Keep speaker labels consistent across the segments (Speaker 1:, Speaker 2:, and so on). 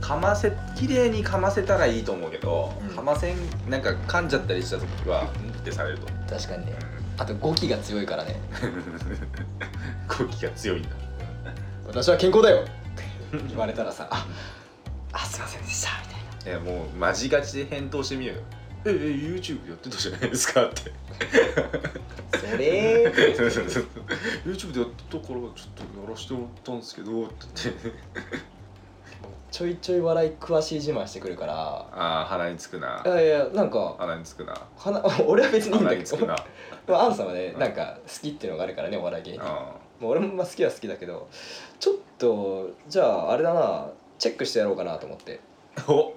Speaker 1: かませ綺麗にかませたらいいと思うけど、
Speaker 2: うん
Speaker 1: かませんなんか噛んじゃったりした時はうんってされると
Speaker 2: 確かにねあと語気が強いからね
Speaker 1: 空気が強いんだ
Speaker 2: 私は健康だよって言われたらさああすいませんでしたみたいない
Speaker 1: やもうマジガチで返答してみようよええ YouTube やってたじゃないですか って
Speaker 2: それ
Speaker 1: YouTube でやってたからちょっとやらしてもらったんですけどって言って
Speaker 2: ちょいちょい笑い詳しい自慢してくる から
Speaker 1: ああ腹につくない
Speaker 2: やいやなんか
Speaker 1: 腹につくな
Speaker 2: 鼻 俺は別にいいん
Speaker 1: 腹
Speaker 2: だ
Speaker 1: に
Speaker 2: け
Speaker 1: つ
Speaker 2: ど
Speaker 1: くな
Speaker 2: まあアンさんはね
Speaker 1: うん
Speaker 2: なんか好きっていうのがあるからねお笑い芸人、まあ、
Speaker 1: あ
Speaker 2: 俺もまあ好きは好きだけどちょっとじゃああれだなチェックしてやろうかなと思って、
Speaker 1: おお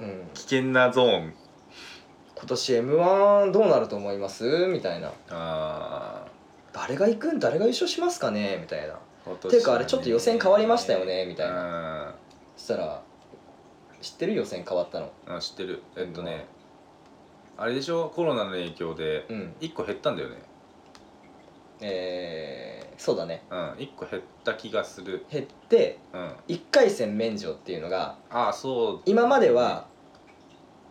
Speaker 2: うんうん
Speaker 1: 危険なゾーン
Speaker 2: 今年 m 1どうなると思いますみたいな
Speaker 1: あ
Speaker 2: 誰が行くん誰が優勝しますかねみたいな
Speaker 1: あ
Speaker 2: ていうかあれちょっと予選変わりましたよねみたいな
Speaker 1: な
Speaker 2: そしたら知ってる予選変わったの
Speaker 1: あ知ってるえっとねあれでしょコロナの影響で
Speaker 2: うん
Speaker 1: 1個減ったんだよね
Speaker 2: えー、そうだね
Speaker 1: うん1個減った気がする
Speaker 2: 減って
Speaker 1: うん
Speaker 2: 1回戦免除っていうのが
Speaker 1: ああそう
Speaker 2: 今までは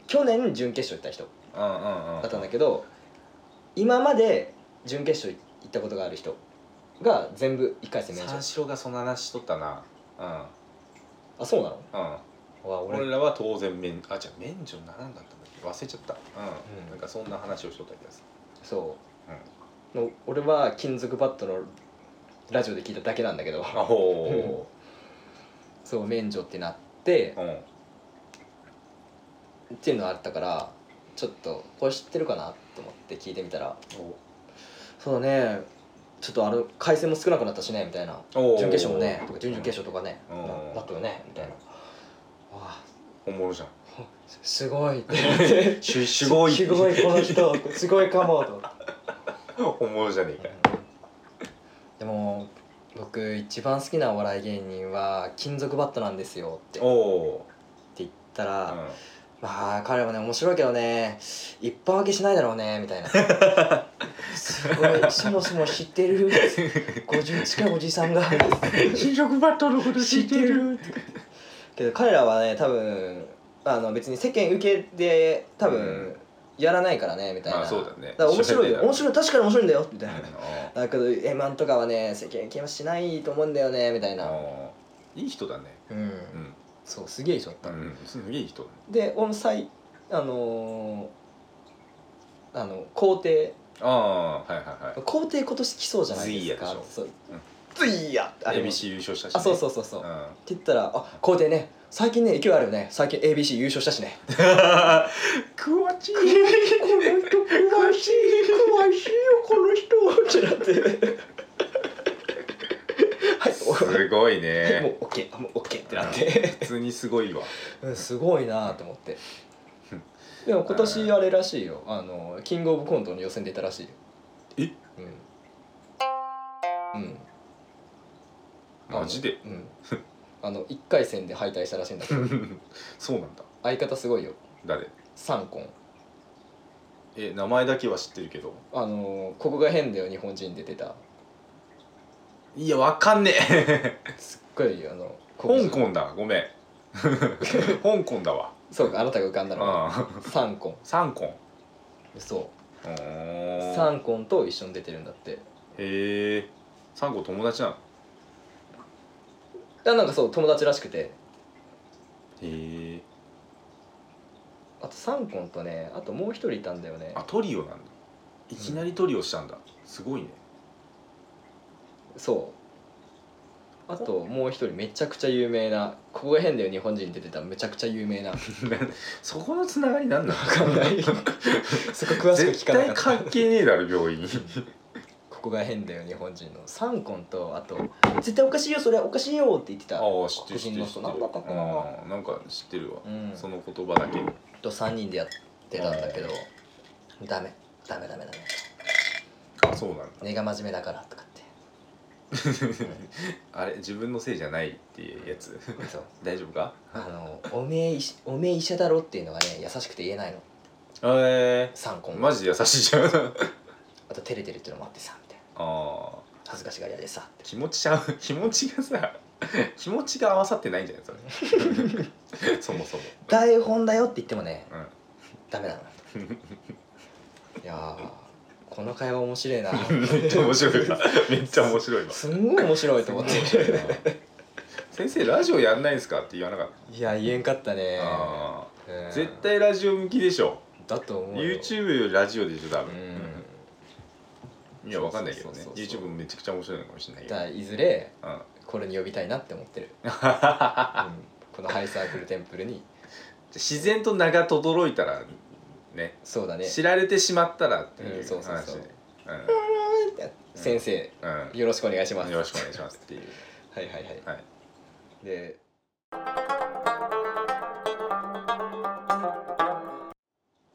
Speaker 2: 去年準決勝行った人
Speaker 1: うんうんうん
Speaker 2: だったんだけど今まで準決勝行ったことがある人が全部1回戦免除
Speaker 1: 三四郎がその話しとったなう
Speaker 2: あそうなの
Speaker 1: んうん
Speaker 2: わ俺
Speaker 1: 俺らは当然免あじゃあ免除にならんかったんだっけ忘れちゃったうん、
Speaker 2: うん
Speaker 1: なんかそんな話をしとった気がす
Speaker 2: そう、もう俺は金属バットのラジオで聞いただけなんだけど
Speaker 1: るあほ
Speaker 2: そう免除ってなって
Speaker 1: ううん
Speaker 2: っていうのあったからちょっとこれ知ってるかなと思って聞いてみたらそうだねちょっとあの回線も少なくなったしねみたいな
Speaker 1: おお
Speaker 2: 準決勝もねとか準々決勝とかね
Speaker 1: う
Speaker 2: なんなったよねみたいなわあ
Speaker 1: おもろじゃん
Speaker 2: すすごいって思って
Speaker 1: し すごい
Speaker 2: すごいこの 人すごいかもと思って
Speaker 1: おもろじゃねえかよ
Speaker 2: でも僕一番好きなお笑い芸人は金属バットなんですよってって
Speaker 1: お
Speaker 2: 言ったら、
Speaker 1: お、うん、
Speaker 2: まあ彼はね面白いけどね一般分けしないだろうねみた いなすごいそもそも知って る50近いおじさんが
Speaker 1: 新色バットのこと
Speaker 2: 知って るけど彼らはね多分あの別に世間受けで多
Speaker 1: うん
Speaker 2: 分やらないからねみたいな、
Speaker 1: まあそうだね
Speaker 2: から面白いよ面
Speaker 1: 白
Speaker 2: 白い確かに面白いんだよみたい
Speaker 1: い
Speaker 2: な、
Speaker 1: ね
Speaker 2: だけど m 1とかはね世間受けはしないと思うんだよねみたい
Speaker 1: うん
Speaker 2: な
Speaker 1: おーいい人だね
Speaker 2: うん、
Speaker 1: うん
Speaker 2: そうすげえ人だった、
Speaker 1: うんすげえいい人だね
Speaker 2: で俺も最あのーあの皇帝
Speaker 1: ああーはいはいはい
Speaker 2: 皇帝今年来そうじゃないですか
Speaker 1: ズイヤでしょ
Speaker 2: そう
Speaker 1: うん
Speaker 2: ズイヤあれも
Speaker 1: ABC 優勝したし、
Speaker 2: あ
Speaker 1: ね、
Speaker 2: そうそううそうそう、
Speaker 1: う
Speaker 2: って 言
Speaker 1: ん
Speaker 2: ったら「あ皇帝ね最近ね勢いあるよね最近 ABC 優勝したしね」
Speaker 1: クワチ
Speaker 2: この人詳しい詳しいよこの人」ってなってはい
Speaker 1: すごい
Speaker 2: おも
Speaker 1: ね
Speaker 2: う OK もう OK ってなって
Speaker 1: 普通にすごいわ
Speaker 2: うんすごいなと思ってでも今年あれらしいよあのキングオブコントの予選出たらしいよ
Speaker 1: え
Speaker 2: うん、うん、
Speaker 1: マジで
Speaker 2: あ のうんあの1回戦で敗退したらしいんだけど
Speaker 1: そうなんだ
Speaker 2: 相方すごいよ
Speaker 1: 誰
Speaker 2: サンコン
Speaker 1: え名前だけは知ってるけど
Speaker 2: あのここが変だよ日本人で出てた
Speaker 1: いやわかんねえ
Speaker 2: すっごいあの黒
Speaker 1: 香
Speaker 2: 人
Speaker 1: 港だごめん香港だわ
Speaker 2: そうかあなたが浮かんだのが
Speaker 1: うん
Speaker 2: サンコン
Speaker 1: 三コン
Speaker 2: そう
Speaker 1: ーん
Speaker 2: うサンコンと一緒に出てるんだって
Speaker 1: へえ三コン友達なの
Speaker 2: だなんかそう友達らしくて
Speaker 1: へえ
Speaker 2: あとサンコンとねあともう一人いたんだよね
Speaker 1: あトリオなんだいきなりトリオしたんだすごいね
Speaker 2: そうあともう一人めちゃくちゃ有名なここが変だよ日本人出てためちゃくちゃ有名な
Speaker 1: そこのつながりなんなの
Speaker 2: かんない そこ詳しく
Speaker 1: 絶
Speaker 2: 聞かな
Speaker 1: 対
Speaker 2: かった
Speaker 1: 関係ねえだろ病 院
Speaker 2: ここが変だよ日本人のサンコンとあと「絶対おかしいよそれおかしいよ」って言ってた
Speaker 1: ああ知っ
Speaker 2: 黒
Speaker 1: てる知
Speaker 2: 人
Speaker 1: って
Speaker 2: の
Speaker 1: る知
Speaker 2: 人
Speaker 1: って
Speaker 2: なんだったか
Speaker 1: る
Speaker 2: な
Speaker 1: うんなんか知ってるわ
Speaker 2: うん
Speaker 1: その言葉だけ
Speaker 2: と3人でやってたんだけどダメダメダメダメ
Speaker 1: あそうなんだ
Speaker 2: 根が真面目だからとかって
Speaker 1: あれ自分のせいじゃないっていうやつ
Speaker 2: そう
Speaker 1: 大丈夫か
Speaker 2: あのおめえ医師おめえ医者だろっていうのがね優しくて言えないの
Speaker 1: え
Speaker 2: サンコ
Speaker 1: ー、
Speaker 2: ン
Speaker 1: マジで優しいじゃん あ
Speaker 2: あと照れてるっていうのもあってさみたいな
Speaker 1: あ
Speaker 2: 恥ずかしがり屋でさって
Speaker 1: 気持ちちゃう気持ちがさ気持ちが合わさってないんじゃないそ れそもそも
Speaker 2: 台本だよって言ってもね
Speaker 1: うん
Speaker 2: ダメなの いやーこの会話面白いな
Speaker 1: めっちゃ面白いわめっちゃ面白いわ
Speaker 2: すんごい面白いと思って
Speaker 1: 先生ラジオやんないんすかって言わなかった、
Speaker 2: いや言えんかったね
Speaker 1: あ
Speaker 2: う
Speaker 1: ー
Speaker 2: ん
Speaker 1: 絶対ラジオ向きでしょ
Speaker 2: だと思うよ
Speaker 1: YouTube よりラジオでしょ多
Speaker 2: う
Speaker 1: 分、
Speaker 2: ん
Speaker 1: いやわかんないけどね
Speaker 2: そうそうそうそう
Speaker 1: YouTube めちゃくちゃ面白いのかもしれないけ
Speaker 2: だ
Speaker 1: ど
Speaker 2: からいずれ
Speaker 1: うん
Speaker 2: これに呼びたいなって思 ってる、うんこのハイサークルテンプルに
Speaker 1: 自然と名が轟いたらね
Speaker 2: そうだね
Speaker 1: 知られてしまったらっていううん
Speaker 2: そうそう
Speaker 1: 話
Speaker 2: そう
Speaker 1: で
Speaker 2: 先生、
Speaker 1: うん
Speaker 2: よろしくお願いしま
Speaker 1: うん
Speaker 2: す
Speaker 1: よろしくお願いします っていう
Speaker 2: はいはいはい、
Speaker 1: はい
Speaker 2: で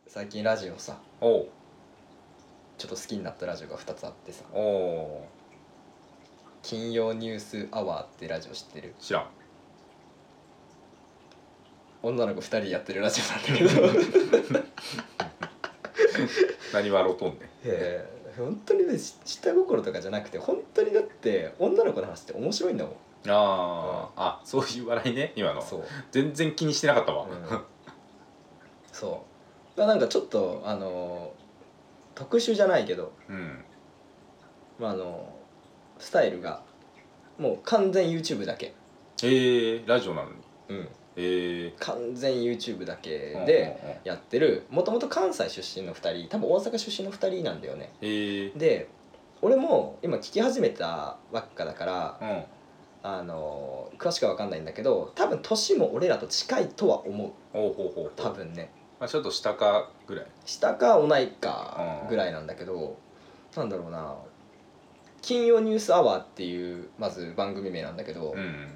Speaker 2: 最近ラジオさ
Speaker 1: おう
Speaker 2: ちょっと好きになったラジオが2つあってさ
Speaker 1: おお
Speaker 2: 「金曜ニュースアワー」ってラジオ知ってる
Speaker 1: 知らん
Speaker 2: 女の子2人でやってるラジオなんだ けど
Speaker 1: 何笑うとんねん
Speaker 2: えー本当にねし下心とかじゃなくて本当にだって女の子の話って面白いんだもん
Speaker 1: あー、あそういう笑いね今の
Speaker 2: そう、
Speaker 1: 全然気にしてなかったわ、
Speaker 2: うんそうだからなんかちょっとあのー特殊じゃないけど
Speaker 1: うん
Speaker 2: まあ、あのスタイルがもう完全 YouTube だけ、
Speaker 1: えー、ラジオなのに
Speaker 2: うん、
Speaker 1: えー
Speaker 2: 完全 YouTube だけでやってるもともと関西出身の2人多分大阪出身の2人なんだよね
Speaker 1: うんうんえ
Speaker 2: で俺も今聞き始めたばっかだから
Speaker 1: ー、
Speaker 2: あの詳しくは分かんないんだけど多分年も俺らと近いとは思う
Speaker 1: うんおうほうほう
Speaker 2: 多分ね
Speaker 1: まあ、ちょっと下かぐらい
Speaker 2: 下か同いかぐらいなんだけどなんだろうな「金曜ニュースアワー」っていうまず番組名なんだけど、
Speaker 1: うん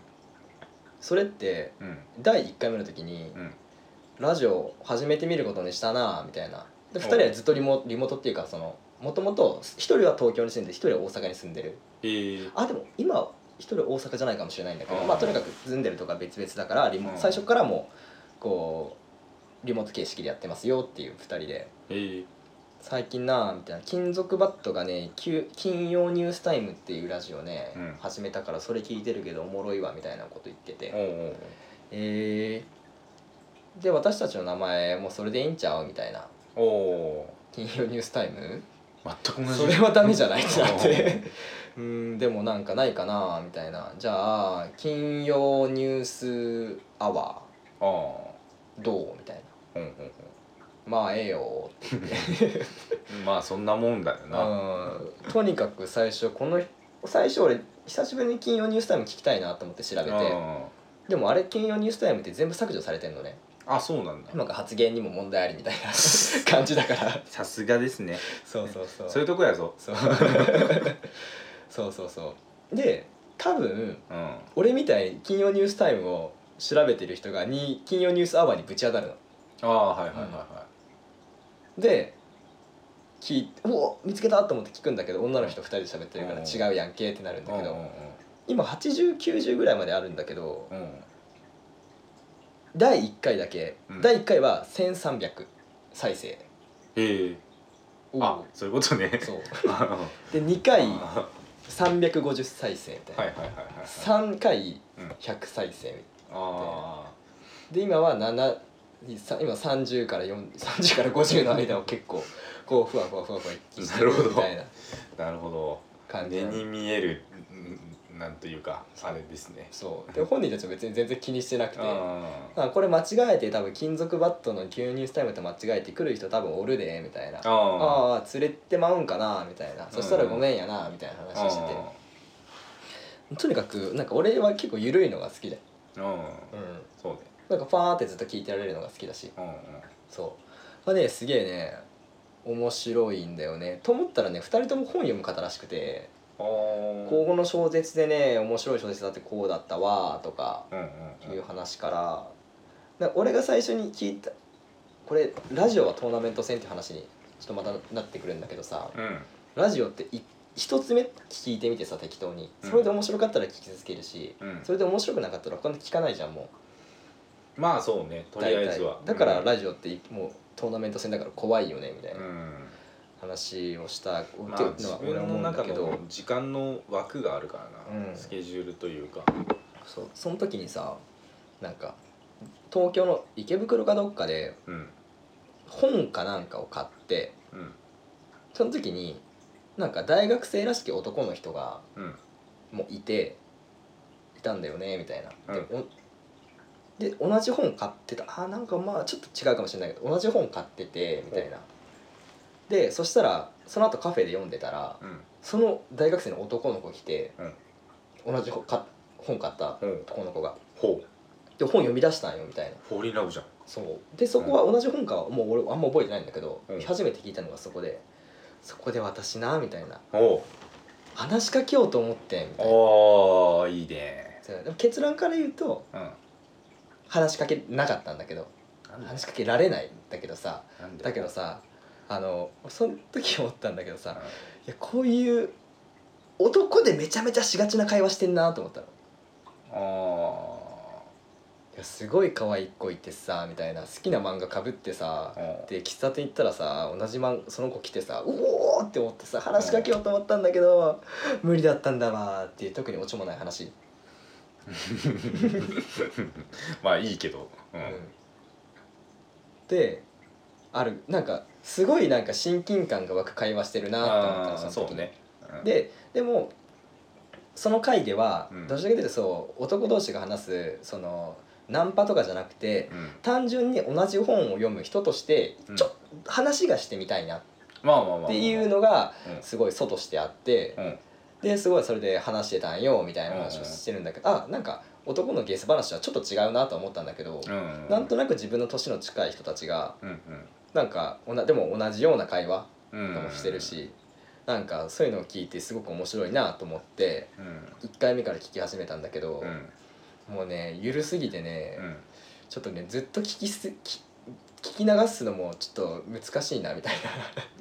Speaker 2: それって
Speaker 1: うん
Speaker 2: 第1回目の時に、
Speaker 1: うん
Speaker 2: ラジオ始めてみることにしたなみたいなで2人はずっとリモリモートっていうかそのもともと1人は東京に住んで1人は大阪に住んでる
Speaker 1: えー、
Speaker 2: あでも今1人は大阪じゃないかもしれないんだけど
Speaker 1: あー
Speaker 2: まあとにかく住んでるとか別々だからリモ
Speaker 1: うん
Speaker 2: 最初からもうこうリモート形式でやってますよっていう2人で
Speaker 1: えー、
Speaker 2: 最近なみたいな金属バットがね「きゅ金曜ニュースタイム」っていうラジオね、
Speaker 1: うん
Speaker 2: 始めたからそれ聞いてるけどおもろいわみたいなこと言ってて
Speaker 1: おうおう
Speaker 2: えー、で私たちの名前もうそれでいいんちゃうみたいな
Speaker 1: おお
Speaker 2: 金曜ニュースタイム
Speaker 1: ー全く同じ
Speaker 2: それはダメじゃないってなってうーんでもなんかないかなみたいなじゃあ金曜ニュースアワ
Speaker 1: ああ
Speaker 2: ーどうみたいな
Speaker 1: うんうん
Speaker 2: まあええよって
Speaker 1: うんまあそんなもんだよ
Speaker 2: う
Speaker 1: な、
Speaker 2: ーんとにかく最初この最初俺久しぶりに金曜ニュースタイム聞きたいなと思って調べて
Speaker 1: うん
Speaker 2: でもあれ金曜ニュースタイムって全部削除されてんのね
Speaker 1: あそうなんだ
Speaker 2: なんか発言にも問題ありみたいな 感じだから
Speaker 1: さすがですね
Speaker 2: そうそうそ
Speaker 1: そういうとこやぞ
Speaker 2: そう そうそうそうで多分
Speaker 1: うん
Speaker 2: 俺みたいに金曜ニュースタイムを調べてる人がに金曜ニュースアワーにぶち当たるの
Speaker 1: ああはいはいはいは
Speaker 2: で聞いて「お見つけた!」と思って聞くんだけど女の人2人で喋ってるか
Speaker 1: うん
Speaker 2: ら違うやんけってなるん
Speaker 1: い、
Speaker 2: だけ
Speaker 1: う
Speaker 2: ど
Speaker 1: ん
Speaker 2: 今8090ぐらいまであるんだけど
Speaker 1: うんうん
Speaker 2: 第1回だけ、
Speaker 1: うん
Speaker 2: 第1回は1300再生
Speaker 1: ええあそういうことね
Speaker 2: そう
Speaker 1: は
Speaker 2: で2回
Speaker 1: は
Speaker 2: 350再生みたい
Speaker 1: い
Speaker 2: な、
Speaker 1: はいはいはい
Speaker 2: 3回
Speaker 1: うん
Speaker 2: 100再生みたいな
Speaker 1: あ
Speaker 2: で今は7さ今30から4 30から50の間を結構こうふわふわふわふわ一気にして
Speaker 1: なるほど
Speaker 2: みたいな
Speaker 1: あなるほど
Speaker 2: 感じ
Speaker 1: 目
Speaker 2: なの
Speaker 1: に見えるうんなんというかあれですね
Speaker 2: そうで本人たちも別に全然気にしてなくて
Speaker 1: あ
Speaker 2: あこれ間違えて多分金属バットの牛乳スタイムと間違えてくる人多分おるでみたいな
Speaker 1: ああ
Speaker 2: ああ連れてまうんかなみたいなそしたらごめんやなみたいな
Speaker 1: あ
Speaker 2: 話しててとにかくなんか俺は結構緩いのが好きで、
Speaker 1: うん
Speaker 2: うん、
Speaker 1: そうね
Speaker 2: なんかファーってずっと聞いてられるのが好きだし
Speaker 1: うんうん
Speaker 2: そうまあねすげえね面白いんだよねと思ったらね2人とも本読む方らしくて「
Speaker 1: こ
Speaker 2: 口語の小説でね面白い小説だってこうだったわ」とか
Speaker 1: うんうんう
Speaker 2: い
Speaker 1: ん
Speaker 2: う話からな俺が最初に聞いたこれラジオはトーナメント戦って話にちょっとまたなってくるんだけどさ
Speaker 1: うん
Speaker 2: ラジオってい一つ目聞いてみてさ適当にそれで面白かったら聞き続けるし、
Speaker 1: うん
Speaker 2: それで面白くなかったら他の聞かないじゃんも
Speaker 1: まあそうね
Speaker 2: う
Speaker 1: とりあえずは
Speaker 2: 大体だから
Speaker 1: う
Speaker 2: ラジオっていもうトーナメント戦だから怖いよねみたいな。
Speaker 1: ん
Speaker 2: 話をしたっていう
Speaker 1: まあ
Speaker 2: の
Speaker 1: 自
Speaker 2: は俺は
Speaker 1: 分
Speaker 2: 思うん
Speaker 1: の
Speaker 2: だ
Speaker 1: 中
Speaker 2: けど、
Speaker 1: の時間の枠があるからな
Speaker 2: うん
Speaker 1: スケジュールというか
Speaker 2: そうその時にさなんか東京の池袋かどっかで
Speaker 1: うん
Speaker 2: 本かなんかを買って
Speaker 1: うん
Speaker 2: その時になんか大学生らしき男の人が
Speaker 1: うん
Speaker 2: もういていたんだよねみたいな。で,
Speaker 1: う
Speaker 2: お、で同じ本買ってたあーなんかまあちょっと違うかもしれないけど同じ本買っててみたいな。でそしたらその後カフェで読んでたら
Speaker 1: うん
Speaker 2: その大学生の男の子来て、同じ本買っ本買った
Speaker 1: ほう
Speaker 2: 男の子が
Speaker 1: ほう
Speaker 2: で本読み出したんよみたいな。
Speaker 1: フォーリンラブじゃん
Speaker 2: そうでそこは同じ本かはもう俺あんま覚えてないんだけど、
Speaker 1: うん
Speaker 2: 初めて聞いたのがそこでそこで私なみたいな
Speaker 1: お
Speaker 2: 話しかけようと思ってみたいな
Speaker 1: おーいいね
Speaker 2: そうでも結論から言うと
Speaker 1: うん
Speaker 2: 話しかけなかったんだけど
Speaker 1: なん
Speaker 2: 話
Speaker 1: で
Speaker 2: しかけられないんだけどさ
Speaker 1: なんで
Speaker 2: だけどさあのその時思ったんだけど
Speaker 1: うん
Speaker 2: さいやこういう男でめちゃめちゃしがちな会話してんなと思ったの。
Speaker 1: あー
Speaker 2: いやすごい可愛い子いてさみたいな好きな漫画かぶってさ
Speaker 1: うん
Speaker 2: で喫茶店行ったらさ同じマンその子来てさ「うおー!」って思ってさ話しかけようと思ったんだけど無理だったんだわーっていう特にオチもない話、
Speaker 1: まあいいけどう
Speaker 2: うん
Speaker 1: ん
Speaker 2: であるなんかすごいなんか親近感が湧く会話してるなーって思った
Speaker 1: あ
Speaker 2: の
Speaker 1: ー
Speaker 2: その
Speaker 1: そ
Speaker 2: 時
Speaker 1: う
Speaker 2: に
Speaker 1: ね
Speaker 2: ででもその回では、
Speaker 1: うん
Speaker 2: どちらかというとそう男同士が話すそのナンパとかじゃなくて、
Speaker 1: うんうん
Speaker 2: 単純に同じ本を読む人として
Speaker 1: うん
Speaker 2: ちょっと話がしてみたいなっ
Speaker 1: まあまあまあまあ
Speaker 2: ていうのが
Speaker 1: うん
Speaker 2: すごい素としてあって
Speaker 1: うん
Speaker 2: ですごいそれで話してたんよみたいな話をしてるんだけどあなんか男のゲス話はちょっと違うなと思ったんだけど
Speaker 1: うん
Speaker 2: なんとなく自分の年の近い人たちが
Speaker 1: うん
Speaker 2: なんかおなでも同じような会話
Speaker 1: うんうん
Speaker 2: とかもしてるしなんかそういうのを聞いてすごく面白いなと思って
Speaker 1: うん
Speaker 2: 1回目から聞き始めたんだけど
Speaker 1: うん
Speaker 2: もうねゆるすぎてね
Speaker 1: うん
Speaker 2: ちょっとねずっと聞きすき聞き流すのもちょっと難しいなみ たい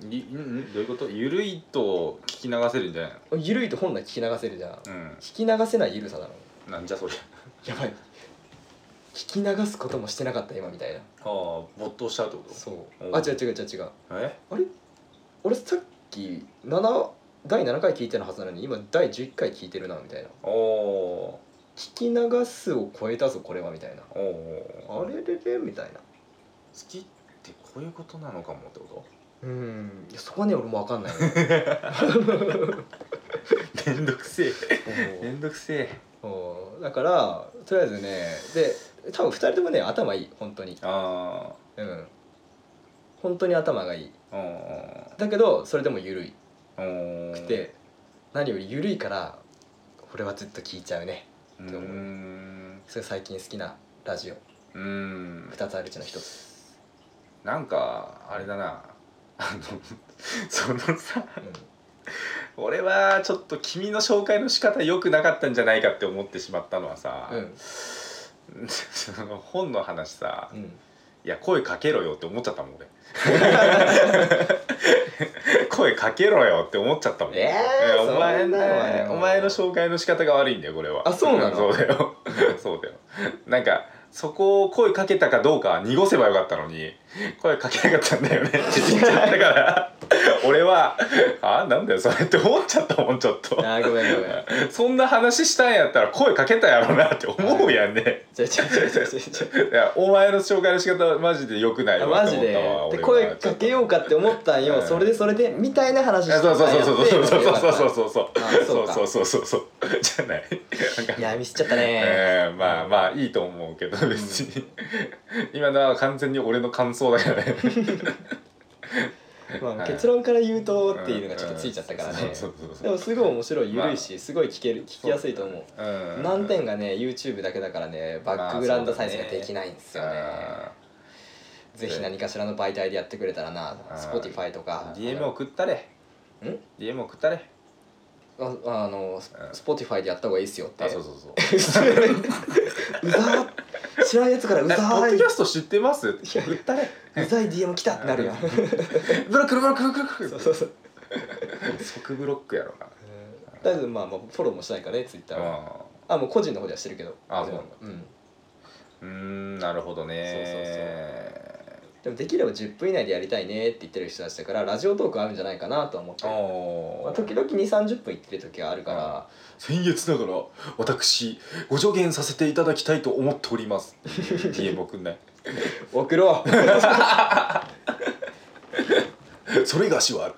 Speaker 1: いんどういうことゆるいと聞き流せるんじゃない
Speaker 2: なゆるいと本来聞き流せるじゃん
Speaker 1: のうん
Speaker 2: 聞き流せないゆるさなの
Speaker 1: なんじゃそれ
Speaker 2: やばい聞き流すこともしてなかった今みたいな
Speaker 1: ああ没頭しちゃうってこと
Speaker 2: そう
Speaker 1: お
Speaker 2: あ違う違う違う違う
Speaker 1: え
Speaker 2: 俺さっき7第7回聞いてるはずなのに今第11回聞いてるなみたいな
Speaker 1: おお
Speaker 2: 聞き流すを超えたぞこれはみたいな
Speaker 1: ーおー
Speaker 2: あれれれみたいな
Speaker 1: 好きってこういうことなのかもってこ
Speaker 2: うんいやそこはね俺も分かん ない
Speaker 1: とめんどくせえ
Speaker 2: の
Speaker 1: めんどくせえ
Speaker 2: そうだからとりあえずねで多分2人ともね頭いい本当に
Speaker 1: あ
Speaker 2: うん本当に頭がいい
Speaker 1: あうん
Speaker 2: だけどそれでも緩い
Speaker 1: うん
Speaker 2: くて、何より緩いからこれはずっと聞いちゃうね
Speaker 1: う
Speaker 2: って思う
Speaker 1: ーん
Speaker 2: それ最近好きなラジオ
Speaker 1: うーん
Speaker 2: 2つあるうちの1つ、
Speaker 1: なんかあれだなあの そのさ
Speaker 2: う
Speaker 1: 俺はちょっと君の紹介の仕方良くなかったんじゃないかって思ってしまったのはさ、
Speaker 2: んうん
Speaker 1: その本の話さ、
Speaker 2: うん、
Speaker 1: いや声かけろよって思っちゃったもん俺 声かけろよって思っちゃったもん
Speaker 2: えー
Speaker 1: いやお前
Speaker 2: そんなのは
Speaker 1: ね
Speaker 2: よ
Speaker 1: お前の紹介の仕方が悪いんだよこれは
Speaker 2: あそうなの
Speaker 1: そうだよそうだよなんかそこを声かけたかどうかは濁せばよかったのに声かけなかったん だよねって言っちゃったから俺はあなんだよそれって思っちゃったもんちょっと
Speaker 2: あーごめんごめん
Speaker 1: そんな話したんやったら声かけたやろなって思うやんね
Speaker 2: じゃじゃじゃじゃじゃじゃ
Speaker 1: いやお前の紹介の仕方はマジで良くないわ
Speaker 2: マ
Speaker 1: って
Speaker 2: ジ
Speaker 1: 思っ
Speaker 2: で
Speaker 1: たわ
Speaker 2: で
Speaker 1: 俺
Speaker 2: 声
Speaker 1: は
Speaker 2: かけようかって思ったんよ
Speaker 1: うん
Speaker 2: それでそれでみたいな話
Speaker 1: い
Speaker 2: し
Speaker 1: や
Speaker 2: て
Speaker 1: そうそうそうそうそうそうそうそう
Speaker 2: う
Speaker 1: そ
Speaker 2: あ
Speaker 1: うそう
Speaker 2: そうか
Speaker 1: そうそうそうそうじゃないなんか
Speaker 2: いやミスっちゃったね
Speaker 1: えーまあまあいいと思うけど別に、 今のは完全に俺の感想だからね
Speaker 2: ま
Speaker 1: は
Speaker 2: あ、
Speaker 1: い
Speaker 2: 結論から言うとっていうのがちょっとついちゃったからね、
Speaker 1: うんそうそうそう
Speaker 2: でもすごい面白い緩いし、すごい聞ける聞きやすいと思う、
Speaker 1: うん
Speaker 2: 難点がね YouTube だけだからねバックグラウンドサイズができないんですよね,、ぜひ何かしらの媒体でやってくれたらな
Speaker 1: あー
Speaker 2: Spotify と
Speaker 1: あ
Speaker 2: か
Speaker 1: ー DM を送ったれ
Speaker 2: ん
Speaker 1: DM を送ったれ
Speaker 2: ああの Spotify でやった方がいいっすよって
Speaker 1: あそうそうそう
Speaker 2: うざー知らんやつからう
Speaker 1: え
Speaker 2: ざ
Speaker 1: ポッドキャ
Speaker 2: ー
Speaker 1: スト知ってますって
Speaker 2: やいや
Speaker 1: 送ったれ
Speaker 2: いうざい DM 来たってなるやん
Speaker 1: ブロックブロックブロックブロ
Speaker 2: そうそう
Speaker 1: ッ
Speaker 2: そう
Speaker 1: ク即ブロックやろな
Speaker 2: だけどまあまあフォローもしないからね Twitter は
Speaker 1: う
Speaker 2: あもう個人の方ではしてるけど
Speaker 1: あそうなんだ
Speaker 2: うん
Speaker 1: んうーんなるほどね
Speaker 2: そうそうでもできれば10分以内でやりたいねって言ってる人たちだからラジオトーク合うんじゃないかなとは思ってるまあ、時々2 3 0分言ってる時はあるから
Speaker 1: 僭越ながら私ご助言させていただきたいと思っております DM 送んない
Speaker 2: 送ろ
Speaker 1: それがしはある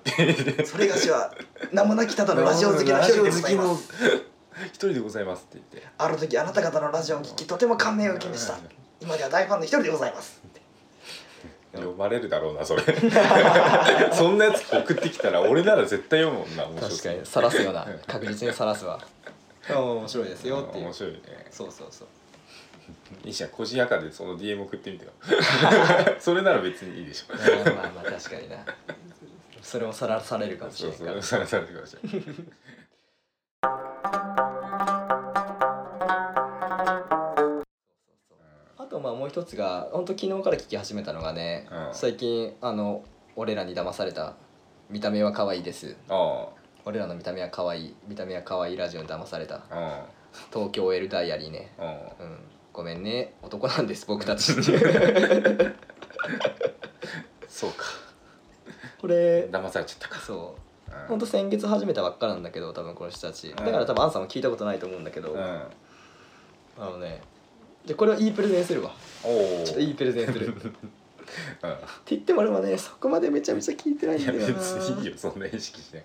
Speaker 2: う それがしは名もなきただ
Speaker 1: ラジオ
Speaker 2: で
Speaker 1: 好
Speaker 2: ござ
Speaker 1: き
Speaker 2: いま
Speaker 1: の
Speaker 2: す
Speaker 1: 一人でございますって言って
Speaker 2: ある時あなた方のラジオを聞きとても感銘を受けました今では大ファンの一人でございます
Speaker 1: 読まれるだろうなそれそんなやつ送ってきたら俺なら絶対読むもんな面白
Speaker 2: 確
Speaker 1: そ
Speaker 2: か
Speaker 1: う
Speaker 2: にさらすような確実にさらすわ面白いですよっていう
Speaker 1: 面白いね
Speaker 2: そうそうそう
Speaker 1: いいじゃんこじやかでその DM 送ってみてよ それなら別にいいでしょ
Speaker 2: うんまあまあ確かになそれもさらされるかもし
Speaker 1: そ
Speaker 2: れ
Speaker 1: う
Speaker 2: ない
Speaker 1: そ
Speaker 2: から
Speaker 1: うさらされてください
Speaker 2: あとまあもう一つが本当昨日から聞き始めたのがね、
Speaker 1: うん
Speaker 2: 最近あの俺らに騙された見た目は可愛いです
Speaker 1: あ
Speaker 2: 俺らの見た目は可愛い見た目は可愛いラジオに騙された
Speaker 1: ああ
Speaker 2: 東京 OL ダイアリーね
Speaker 1: ああ
Speaker 2: うんごめんね男なんです僕たち
Speaker 1: そうか
Speaker 2: これ
Speaker 1: 騙されちゃったか
Speaker 2: そう
Speaker 1: うん
Speaker 2: ほんと先月始めたばっかなんだけど多分この人たちだ
Speaker 1: ん
Speaker 2: から多分アンさんも聞いたことないと思うんだけど、
Speaker 1: う
Speaker 2: あ
Speaker 1: ん
Speaker 2: のねじゃあこれをいいプレゼンするわ
Speaker 1: おお
Speaker 2: ちょっといいプレゼンす るって
Speaker 1: うん
Speaker 2: 言っても俺もねそこまでめちゃめちゃ聞いてない
Speaker 1: い
Speaker 2: ん
Speaker 1: や
Speaker 2: だよな
Speaker 1: 別にいいよそんな意識しない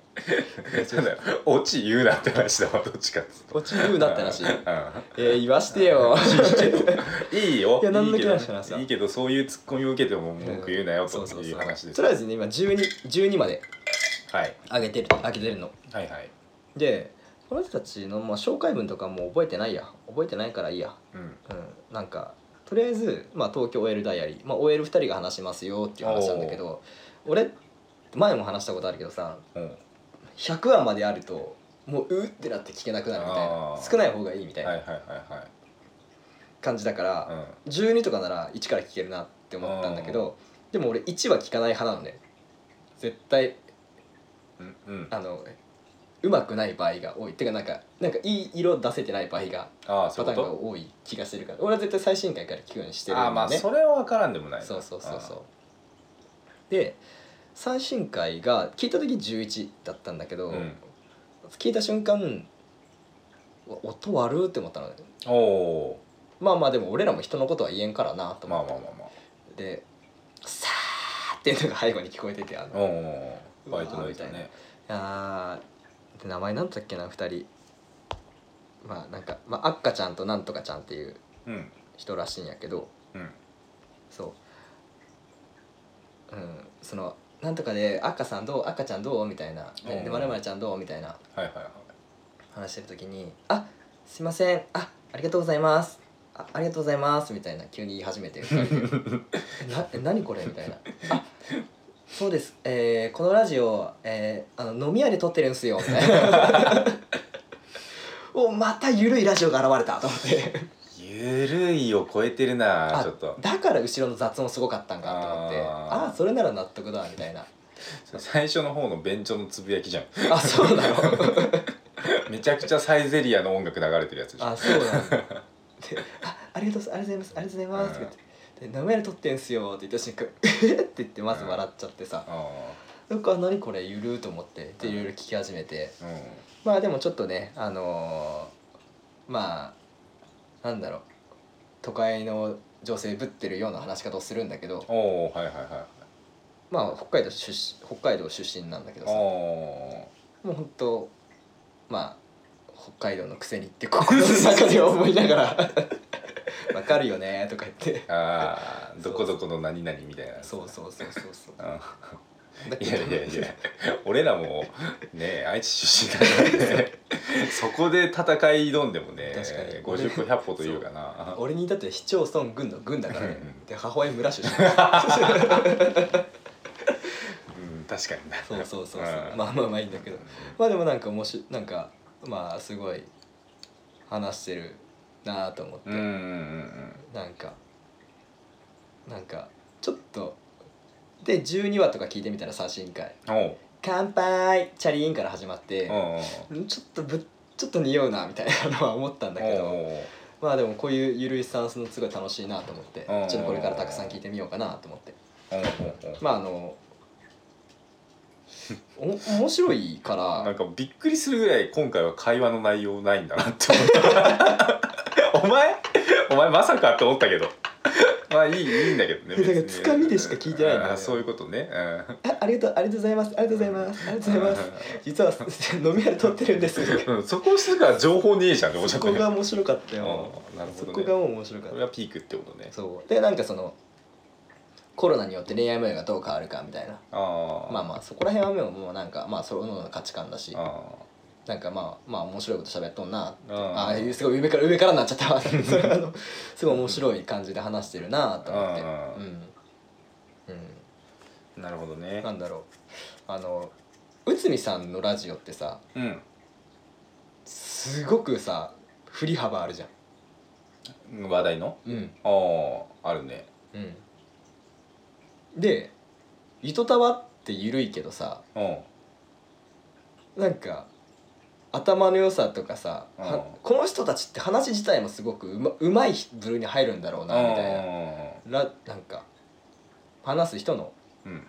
Speaker 1: ただオチ言うなって話だわどっちかっつうと
Speaker 2: こっち言うなって話
Speaker 1: うん
Speaker 2: えー、言わして よ
Speaker 1: いいよ
Speaker 2: いや何の気
Speaker 1: い
Speaker 2: ないし
Speaker 1: けど
Speaker 2: 話だ
Speaker 1: いいけどそういうツッコミを受けても文句言うなよ
Speaker 2: そ
Speaker 1: と
Speaker 2: うそう
Speaker 1: い
Speaker 2: そうう
Speaker 1: 話です
Speaker 2: とりあえずね今 12, 12まで
Speaker 1: はい
Speaker 2: 上げてる上げてるの
Speaker 1: はいはい
Speaker 2: でこの人たちの、まあ、紹介文とかもう覚えてないや覚えてないからいいや
Speaker 1: うん
Speaker 2: うんなんかとりあえず、まあ、東京 OL ダイアリー、まあ、OL2 人が話しますよっていう話なんだけど俺前も話したことあるけどさ
Speaker 1: うん
Speaker 2: 100話まであるともううーってなって聞けなくなるみたい
Speaker 1: あ
Speaker 2: な
Speaker 1: ー
Speaker 2: 少ない方がいいみたい
Speaker 1: はい
Speaker 2: な
Speaker 1: はいは
Speaker 2: 感じだから、
Speaker 1: いはい
Speaker 2: 12とかなら1から聞けるなって思ったんだけどでも俺1は聞かない派なのね絶対
Speaker 1: うんうんうん
Speaker 2: あのうまくない場合が多いっていうかなんかなんかいい色出せてない場合が
Speaker 1: ああそ
Speaker 2: パ
Speaker 1: うい
Speaker 2: ター
Speaker 1: う
Speaker 2: ン
Speaker 1: こ
Speaker 2: が
Speaker 1: と
Speaker 2: 多い気がしてるから俺は絶対最新回から聞くようにしてるんだ
Speaker 1: ああ
Speaker 2: よね
Speaker 1: まあそれは分からんでもないな
Speaker 2: そうそうそうそうで最新回が聞いた時11だったんだけど、
Speaker 1: うん
Speaker 2: 聞いた瞬間うわ音悪ーって思ったのね
Speaker 1: おお
Speaker 2: まあまあでも俺らも人のことは言えんからなと
Speaker 1: ーま
Speaker 2: 思
Speaker 1: あ
Speaker 2: って、
Speaker 1: まあまあまあ
Speaker 2: で「さー」っていうのが背後に聞こえててあの
Speaker 1: おおーバイトの人ね
Speaker 2: あーで名前なんだっけな2人まあなんか、まあ、あっかちゃんとなんとかちゃんっていう
Speaker 1: うん
Speaker 2: 人らしいんやけど
Speaker 1: うん
Speaker 2: そううんそのなんとかで「あっかさんどうあっかちゃんどう?」みたいな「
Speaker 1: う
Speaker 2: で
Speaker 1: ん
Speaker 2: でまるまるちゃんどう?」みたいな
Speaker 1: はいはいはい
Speaker 2: 話してる時に「あすいませんあありがとうございます」あありがとうございますみたいな急に言い始め て二人でえなえ何これみたいな「あそうです、えー、このラジオ、えー、あの飲み屋で撮ってるんすよ」みたいな おまたゆるいラジオが現れたと思って
Speaker 1: ゆるいを超えてるな
Speaker 2: あ
Speaker 1: ちょっと
Speaker 2: だから後ろの雑音すごかったんかと思って
Speaker 1: あー
Speaker 2: ああそれなら納得だみたいな
Speaker 1: 最初の方の便所のつぶやきじゃん
Speaker 2: あそうなの
Speaker 1: めちゃくちゃサイゼリアの音楽流れてるやつでしょ
Speaker 2: あそうなんだであありがとうございますありがとうございますありがとうございますって言ってで「飲める撮ってんすよ」って言った瞬間 「えっ!」って言ってまず笑っちゃってさ
Speaker 1: あ
Speaker 2: なんかあ何これゆるーと思ってでいろいろ聞き始めて
Speaker 1: ーうん
Speaker 2: まあでもちょっとねあのーまあなんだろう都会の女性ぶってるような話し方をするんだけど
Speaker 1: おおはいはいは
Speaker 2: まあ北海道出身北海道出身なんだけ
Speaker 1: い
Speaker 2: ど
Speaker 1: お
Speaker 2: さ
Speaker 1: お
Speaker 2: もう本当まあ北海道のくせにって心の中で思いながら 「わかるよね」とか言って
Speaker 1: ーあーどこどこの何々みたいな
Speaker 2: そうそうそうそうそううんだけ
Speaker 1: い
Speaker 2: ど
Speaker 1: やいやいや俺らもね愛知出身だからねそこで戦い挑んでもね
Speaker 2: 確かに
Speaker 1: 50歩100歩というかな
Speaker 2: 俺にだって市町村軍の軍だからね
Speaker 1: うんうん
Speaker 2: で母親村出 身
Speaker 1: うん確かにな
Speaker 2: そうそうそうそう
Speaker 1: うん
Speaker 2: まあまあまあいいんだけどまあでもなんか面白いなんかまあすごい話してるなあと思って、
Speaker 1: うんうんうん
Speaker 2: なんかなんかちょっとで12話とか聞いてみたら最新回
Speaker 1: うんおう
Speaker 2: 乾杯チャリーンから始まって
Speaker 1: おうおう
Speaker 2: ちょっとぶちょっと匂うなみたいなのは思ったんだけ
Speaker 1: おう
Speaker 2: ど
Speaker 1: おう
Speaker 2: まあでもこういうゆるいスタンスのすごい楽しいなと思って
Speaker 1: うん
Speaker 2: ちょっとこれからたくさん聞いてみようかなと思って
Speaker 1: うんうんうん
Speaker 2: まああの お面白いか
Speaker 1: なん
Speaker 2: ら
Speaker 1: かびっくりするぐらい今回は会話の内容ないんだなって 思ったお前お前まさかって思ったけどまあいいいいんだけど
Speaker 2: い
Speaker 1: ね
Speaker 2: やだ
Speaker 1: 別に
Speaker 2: からつかみでしか聞いてないんだよ
Speaker 1: あーそういうことねうん
Speaker 2: あありがとうありがとうございますありがとうございますありがとうござい ます実は飲み屋で撮ってるんです
Speaker 1: うんそこすら情報ねえじゃんって思っちゃ
Speaker 2: そ
Speaker 1: った
Speaker 2: こが
Speaker 1: よ
Speaker 2: 面白かったよ
Speaker 1: うんなるほ
Speaker 2: そ
Speaker 1: ど
Speaker 2: こ
Speaker 1: ね
Speaker 2: がもう面白かっ
Speaker 1: こ
Speaker 2: た
Speaker 1: れがピークってことね
Speaker 2: そうでなんかそのコロナによって恋愛模様がどう変わるかみたいな
Speaker 1: ああ
Speaker 2: まあまあそこら辺はもうもうなんかまあそれのの価値観だし
Speaker 1: あ
Speaker 2: なんかまあまあ面白いこと喋っとんな
Speaker 1: ああ
Speaker 2: ああすごい上から上からなっちゃったわ それはあのすごい面白い感じで話してるなと思って
Speaker 1: ああ
Speaker 2: うん、
Speaker 1: なるほど
Speaker 2: うん、
Speaker 1: ね
Speaker 2: なんだろうあの内海さんのラジオってさ
Speaker 1: うん
Speaker 2: すごくさ振り幅あるじゃん
Speaker 1: 話題の
Speaker 2: うん
Speaker 1: あああるね
Speaker 2: うんで糸たわって緩いけどさ
Speaker 1: うん
Speaker 2: なんか頭の良さとかさ、は
Speaker 1: うん
Speaker 2: この人たちって話自体もすごくうまうまい部類に入るんだろうなみたいならなんか話す人の
Speaker 1: うん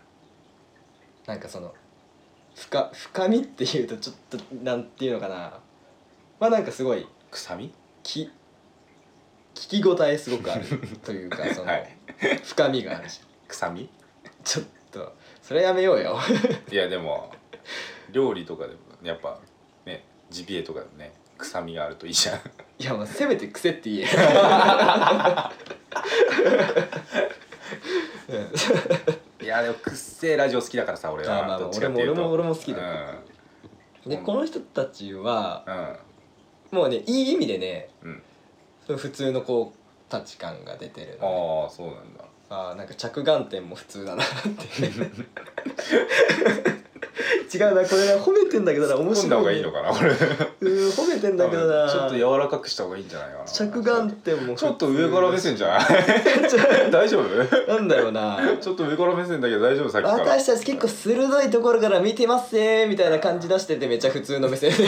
Speaker 2: なんかその深深みっていうとちょっとなんていうのかなまあなんかすごい
Speaker 1: 臭み
Speaker 2: き聞き応えすご くあるというかその、
Speaker 1: はい
Speaker 2: 深みがあるし
Speaker 1: 臭み
Speaker 2: ちょっとそれやめようよ
Speaker 1: いやでも料理とかでもやっぱねジビエとかでもね臭みがあるといいじゃん
Speaker 2: いやまあせめて癖って 言えうん
Speaker 1: いやでもくっせえラジオ好きだからさ俺
Speaker 2: あ
Speaker 1: は
Speaker 2: まあまあ
Speaker 1: どっちかっていうと
Speaker 2: 俺も俺も俺も好きだよでこの人たちはもうねいい意味でね
Speaker 1: うんうん
Speaker 2: その普通のこうタッチ感が出てるの
Speaker 1: ああそうなんだ
Speaker 2: あーなんか着眼点も普通だ なって違うなこれな褒めてんだけどな面
Speaker 1: 突っ込んだ方
Speaker 2: 白
Speaker 1: が
Speaker 2: い,、
Speaker 1: いいのかな俺
Speaker 2: うん褒めてんだけどな
Speaker 1: ちょっと柔らかくした方がいいんじゃないかな
Speaker 2: 着眼点も
Speaker 1: ちょっと上から目線じゃない 大丈夫
Speaker 2: なんだろうな
Speaker 1: ちょっと上から目線だけど大丈夫さっきから
Speaker 2: 私たち結構鋭いところから見てますねみたいな感じ出しててめっちゃ普通の目 線で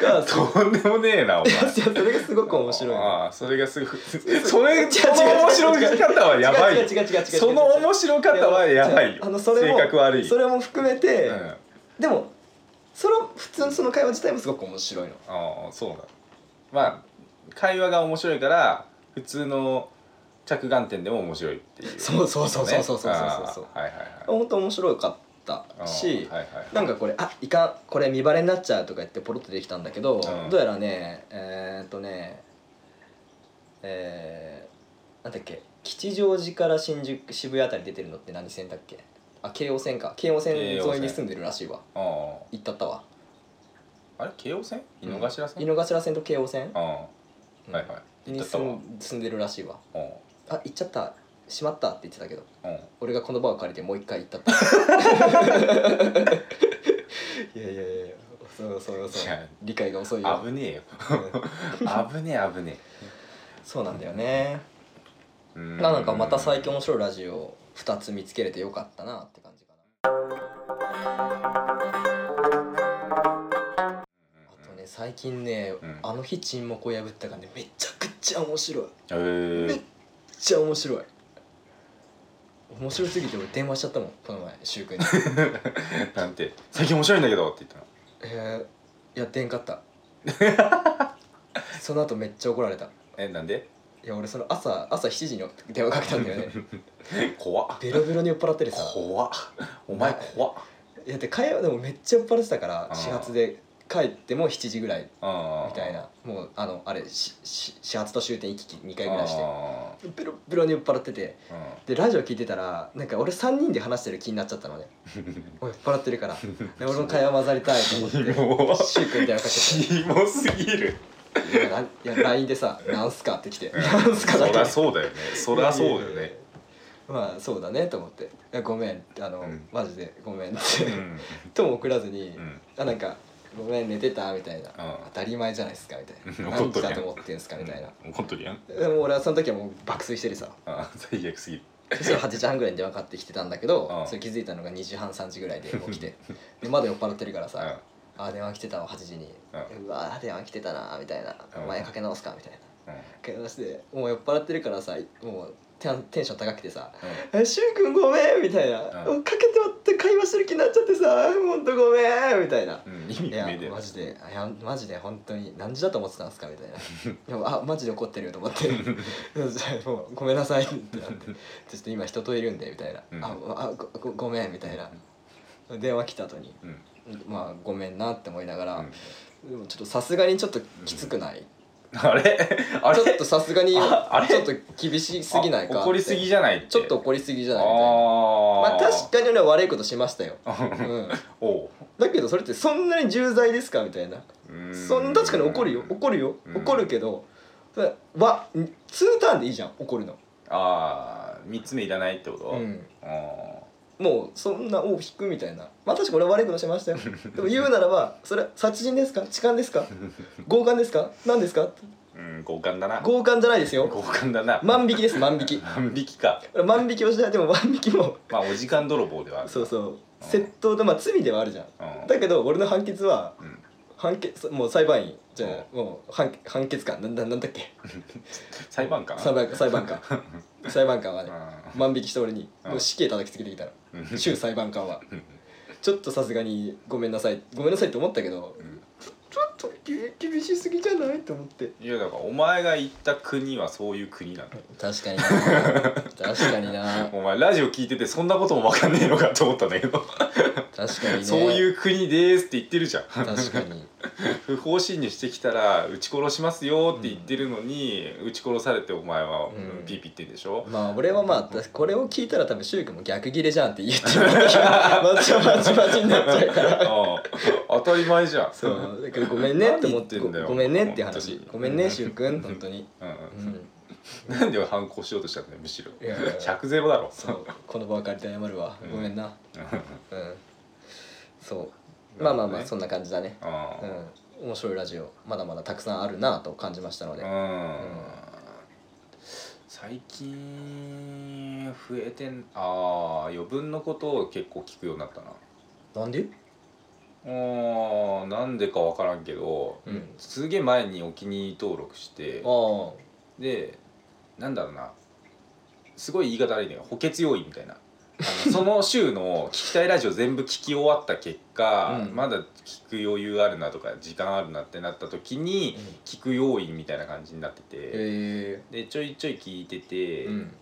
Speaker 2: がそう
Speaker 1: とんでもねえなお前
Speaker 2: いやそれがすごく面白い
Speaker 1: ああそれがすご いそ
Speaker 2: 違う違
Speaker 1: れ
Speaker 2: う
Speaker 1: その面白い方はやばい
Speaker 2: 違う違う違う違う違う
Speaker 1: その面白かったはやばいよ
Speaker 2: あのそれも
Speaker 1: 性格悪い
Speaker 2: それも含めて、
Speaker 1: うん、あ
Speaker 2: でもその普通のその会話自体もすごく面白いの
Speaker 1: あそうだまあ会話が面白いから普通の着眼点でも面白いっていう
Speaker 2: そうそうそうそうそうそうそう
Speaker 1: あ
Speaker 2: そう
Speaker 1: あはいはいはい
Speaker 2: 本当面白かったし、
Speaker 1: ああはいはいはい
Speaker 2: なんかこれ「あいかんこれ見バレになっちゃう」とか言ってポロッとできたんだけど、
Speaker 1: うん
Speaker 2: どうやらねえー、っとねえー、なんだっけ吉祥寺から新宿渋谷あたり出てるのって何線だっけあ京王線か京王線沿いに住んでるらしいわ
Speaker 1: あ
Speaker 2: 行ったったわ
Speaker 1: ああれ京王線井の頭
Speaker 2: 井
Speaker 1: 線、
Speaker 2: の頭線と京王線
Speaker 1: ああはい
Speaker 2: うん
Speaker 1: はい行
Speaker 2: に
Speaker 1: っちゃった
Speaker 2: 住
Speaker 1: わ
Speaker 2: ん住んでるらしいわ
Speaker 1: うん
Speaker 2: あ行っちゃったしまったって言ってたけど
Speaker 1: うん
Speaker 2: 俺がこの場を借りてもう一回行ったった いやいやいやいやそうそうそ
Speaker 1: いうや
Speaker 2: 理解が遅いよ
Speaker 1: 危ねえよ
Speaker 2: うん
Speaker 1: 危ねえ危ね
Speaker 2: そうなんだよね、
Speaker 1: えうん
Speaker 2: なんかまた最近面白いラジオ2つ見つけれてよかったなって感じかな、あとね最近ね、
Speaker 1: うん
Speaker 2: あの日沈黙を破ったがねめちゃくちゃ面白いめっ
Speaker 1: へえ
Speaker 2: ちゃ面白い面白すぎて俺電話しちゃったもんこの前柊 君に
Speaker 1: なんて「最近面白いんだけど」って言ったの
Speaker 2: えー、やってんかった その後めっちゃ怒られた
Speaker 1: えなんで
Speaker 2: いや俺その朝朝7時に電話かけたんだよね
Speaker 1: 怖っ
Speaker 2: ベロベロに酔っ払っててさ
Speaker 1: 怖っお前怖っ
Speaker 2: いやで会話でもめっちゃ酔っ払ってたから
Speaker 1: あー
Speaker 2: 始発で帰っても7時ぐらいみ
Speaker 1: み
Speaker 2: たいなもうあのあれしし始発と終点行き来2回ぐらいして
Speaker 1: あ
Speaker 2: ベロベロに酔っ払ってて
Speaker 1: ー
Speaker 2: でラジオ聞いてたらなんか俺3人で話してる気になっちゃったのねもう酔っ払ってるからで俺も会話混ざりたいと思って
Speaker 1: キモ
Speaker 2: シュウ君みたいなかけ
Speaker 1: キモすぎる
Speaker 2: ていやないや LINE でさ「なんすか?」って来て「なんすか?」
Speaker 1: そ
Speaker 2: だ
Speaker 1: り
Speaker 2: け
Speaker 1: ゃそうだよねそりゃそうだよね
Speaker 2: まあそうだねと思って「いやごめんあの、
Speaker 1: うん
Speaker 2: マジでごめん」って、
Speaker 1: うん
Speaker 2: とも送らずに、
Speaker 1: うん
Speaker 2: あなんか「ごめん寝てた」みたいな、
Speaker 1: ん
Speaker 2: 当たり前じゃないですか」みたいな「
Speaker 1: う
Speaker 2: 何
Speaker 1: ん怒っと
Speaker 2: 時
Speaker 1: るや
Speaker 2: だ
Speaker 1: ん
Speaker 2: と思ってんすか」みたいな、
Speaker 1: 怒っとるやん
Speaker 2: でも俺はその時はもう爆睡してる さ
Speaker 1: あー最悪すぎる
Speaker 2: そしたら8時半ぐらいに電話かかってきてたんだけど、
Speaker 1: うん
Speaker 2: それ気づいたのが2時半3時ぐらいで起 きてでまだ酔っ払ってるから
Speaker 1: うん
Speaker 2: さ「あ電話来てたわ8時に、うわ電話来てたな」みたいな「
Speaker 1: うん
Speaker 2: お前かけ直すか」みたいな。けどしてもう酔っ払ってるからさもうテンテンション高くてさ「えしゅんくんごめん」みたいな「
Speaker 1: うん
Speaker 2: もうかけてまって会話してる気になっちゃってさほんとごめん」みたいな。
Speaker 1: うんうん、意味不
Speaker 2: いや
Speaker 1: 明で
Speaker 2: マジでいやマジで本当に何時だと思ってたんですかみたいなで もあマジで怒ってるよと思って もうごめんなさい ってなってちょっと今人といるんでみたいな、
Speaker 1: うん
Speaker 2: ああごごごめんみたいな電話来た後に
Speaker 1: うん
Speaker 2: まあごめんなって思いながら、
Speaker 1: うん
Speaker 2: でもちょっとさすがにちょっときつくない、
Speaker 1: あれ あれ
Speaker 2: ちょっとさすがに
Speaker 1: ああれ
Speaker 2: ちょっと厳しすぎないか
Speaker 1: あ怒りすぎ
Speaker 2: って
Speaker 1: じゃないって
Speaker 2: ちょっと怒りすぎじゃ
Speaker 1: あ
Speaker 2: ないみたいなまあ
Speaker 1: あ
Speaker 2: 確かに俺は悪いことしま したよ、う
Speaker 1: か
Speaker 2: ん、
Speaker 1: おう
Speaker 2: だけどそれってそんなに重罪ですかみたいな
Speaker 1: うーん
Speaker 2: そん確かに怒るよ怒るよ
Speaker 1: うん
Speaker 2: 怒るけどそれわ2ターンでいいじゃん怒るの
Speaker 1: ああ3つ目いらないってこと、
Speaker 2: うん
Speaker 1: あー
Speaker 2: もうそんな尾を引くみたいなまあ確か俺は悪いことしましたよでも言うならばそれ殺人ですか痴漢ですか 強姦ですか何ですか
Speaker 1: うん強姦だな
Speaker 2: 強姦じゃないですよ
Speaker 1: 強姦だ な
Speaker 2: 万引きです万引き
Speaker 1: 万引きか
Speaker 2: 俺万引きをしないでも万引きも
Speaker 1: まあお時間泥棒ではある
Speaker 2: そうそう窃盗でまあ罪ではあるじゃん
Speaker 1: うん
Speaker 2: だけど俺の判決は
Speaker 1: うん
Speaker 2: 判決もう裁判員じゃないもう判判決官なんだなんだっけ
Speaker 1: 裁判官
Speaker 2: 裁判官裁判官裁判官はね
Speaker 1: う
Speaker 2: 万引きして俺に
Speaker 1: うん
Speaker 2: もう死刑叩きつけてきたの
Speaker 1: ん
Speaker 2: 州裁判官は
Speaker 1: ん
Speaker 2: ちょっとさすがにごめんなさいごめんなさいって思ったけど
Speaker 1: うん
Speaker 2: ちょっとき厳しすぎじゃないと思って
Speaker 1: いやだからお前が行った国はそういう国なんだよ
Speaker 2: 確かにな確かにな
Speaker 1: お前ラジオ聞いててそんなことも分かんねえのかと思ったんだけど、
Speaker 2: 確かにね
Speaker 1: そういう国ですって言ってるじゃん
Speaker 2: 確かに
Speaker 1: 不法侵入してきたら撃ち殺しますよって言ってるのに、撃ち殺されてお前は、
Speaker 2: うん
Speaker 1: ピーピー言ってんでしょ、
Speaker 2: まあ俺はまあ私これを聞いたら多分柊君も逆ギレじゃんって言ってる まちまちまちになっちゃうから
Speaker 1: ああ当たり前じゃん
Speaker 2: そうだけどごめんねって思って
Speaker 1: 何言ってんだよ
Speaker 2: ごめんねっていう
Speaker 1: 本当
Speaker 2: 話
Speaker 1: に
Speaker 2: ごめんね柊君本当に
Speaker 1: うん
Speaker 2: うん
Speaker 1: なんで反抗しようとしたんだよむしろ
Speaker 2: いやいや
Speaker 1: 100ゼロだろ
Speaker 2: そうこの場を借りて謝るわ
Speaker 1: うん
Speaker 2: ごめんなうんそうま
Speaker 1: な
Speaker 2: あまあ
Speaker 1: るほどね
Speaker 2: まあそんな感じだね
Speaker 1: あ
Speaker 2: うん面白いラジオまだまだたくさんあるなと感じましたの
Speaker 1: う
Speaker 2: で
Speaker 1: ん、
Speaker 2: うん
Speaker 1: 最近増えてんああ余分のことを結構聞くようになったな
Speaker 2: なんで
Speaker 1: あーなんでか分からんけど
Speaker 2: うん
Speaker 1: すげえ前にお気に入り登録して
Speaker 2: ああ
Speaker 1: でなんだろうなすごい言い方悪いね補欠要員みたいなあのその週の聞きたいラジオ全部聞き終わった結果、
Speaker 2: うん
Speaker 1: まだ聞く余裕あるなとか時間あるなってなった時に聞く要員みたいな感じになってて、
Speaker 2: え
Speaker 1: でちょいちょい聞いてて、
Speaker 2: えうん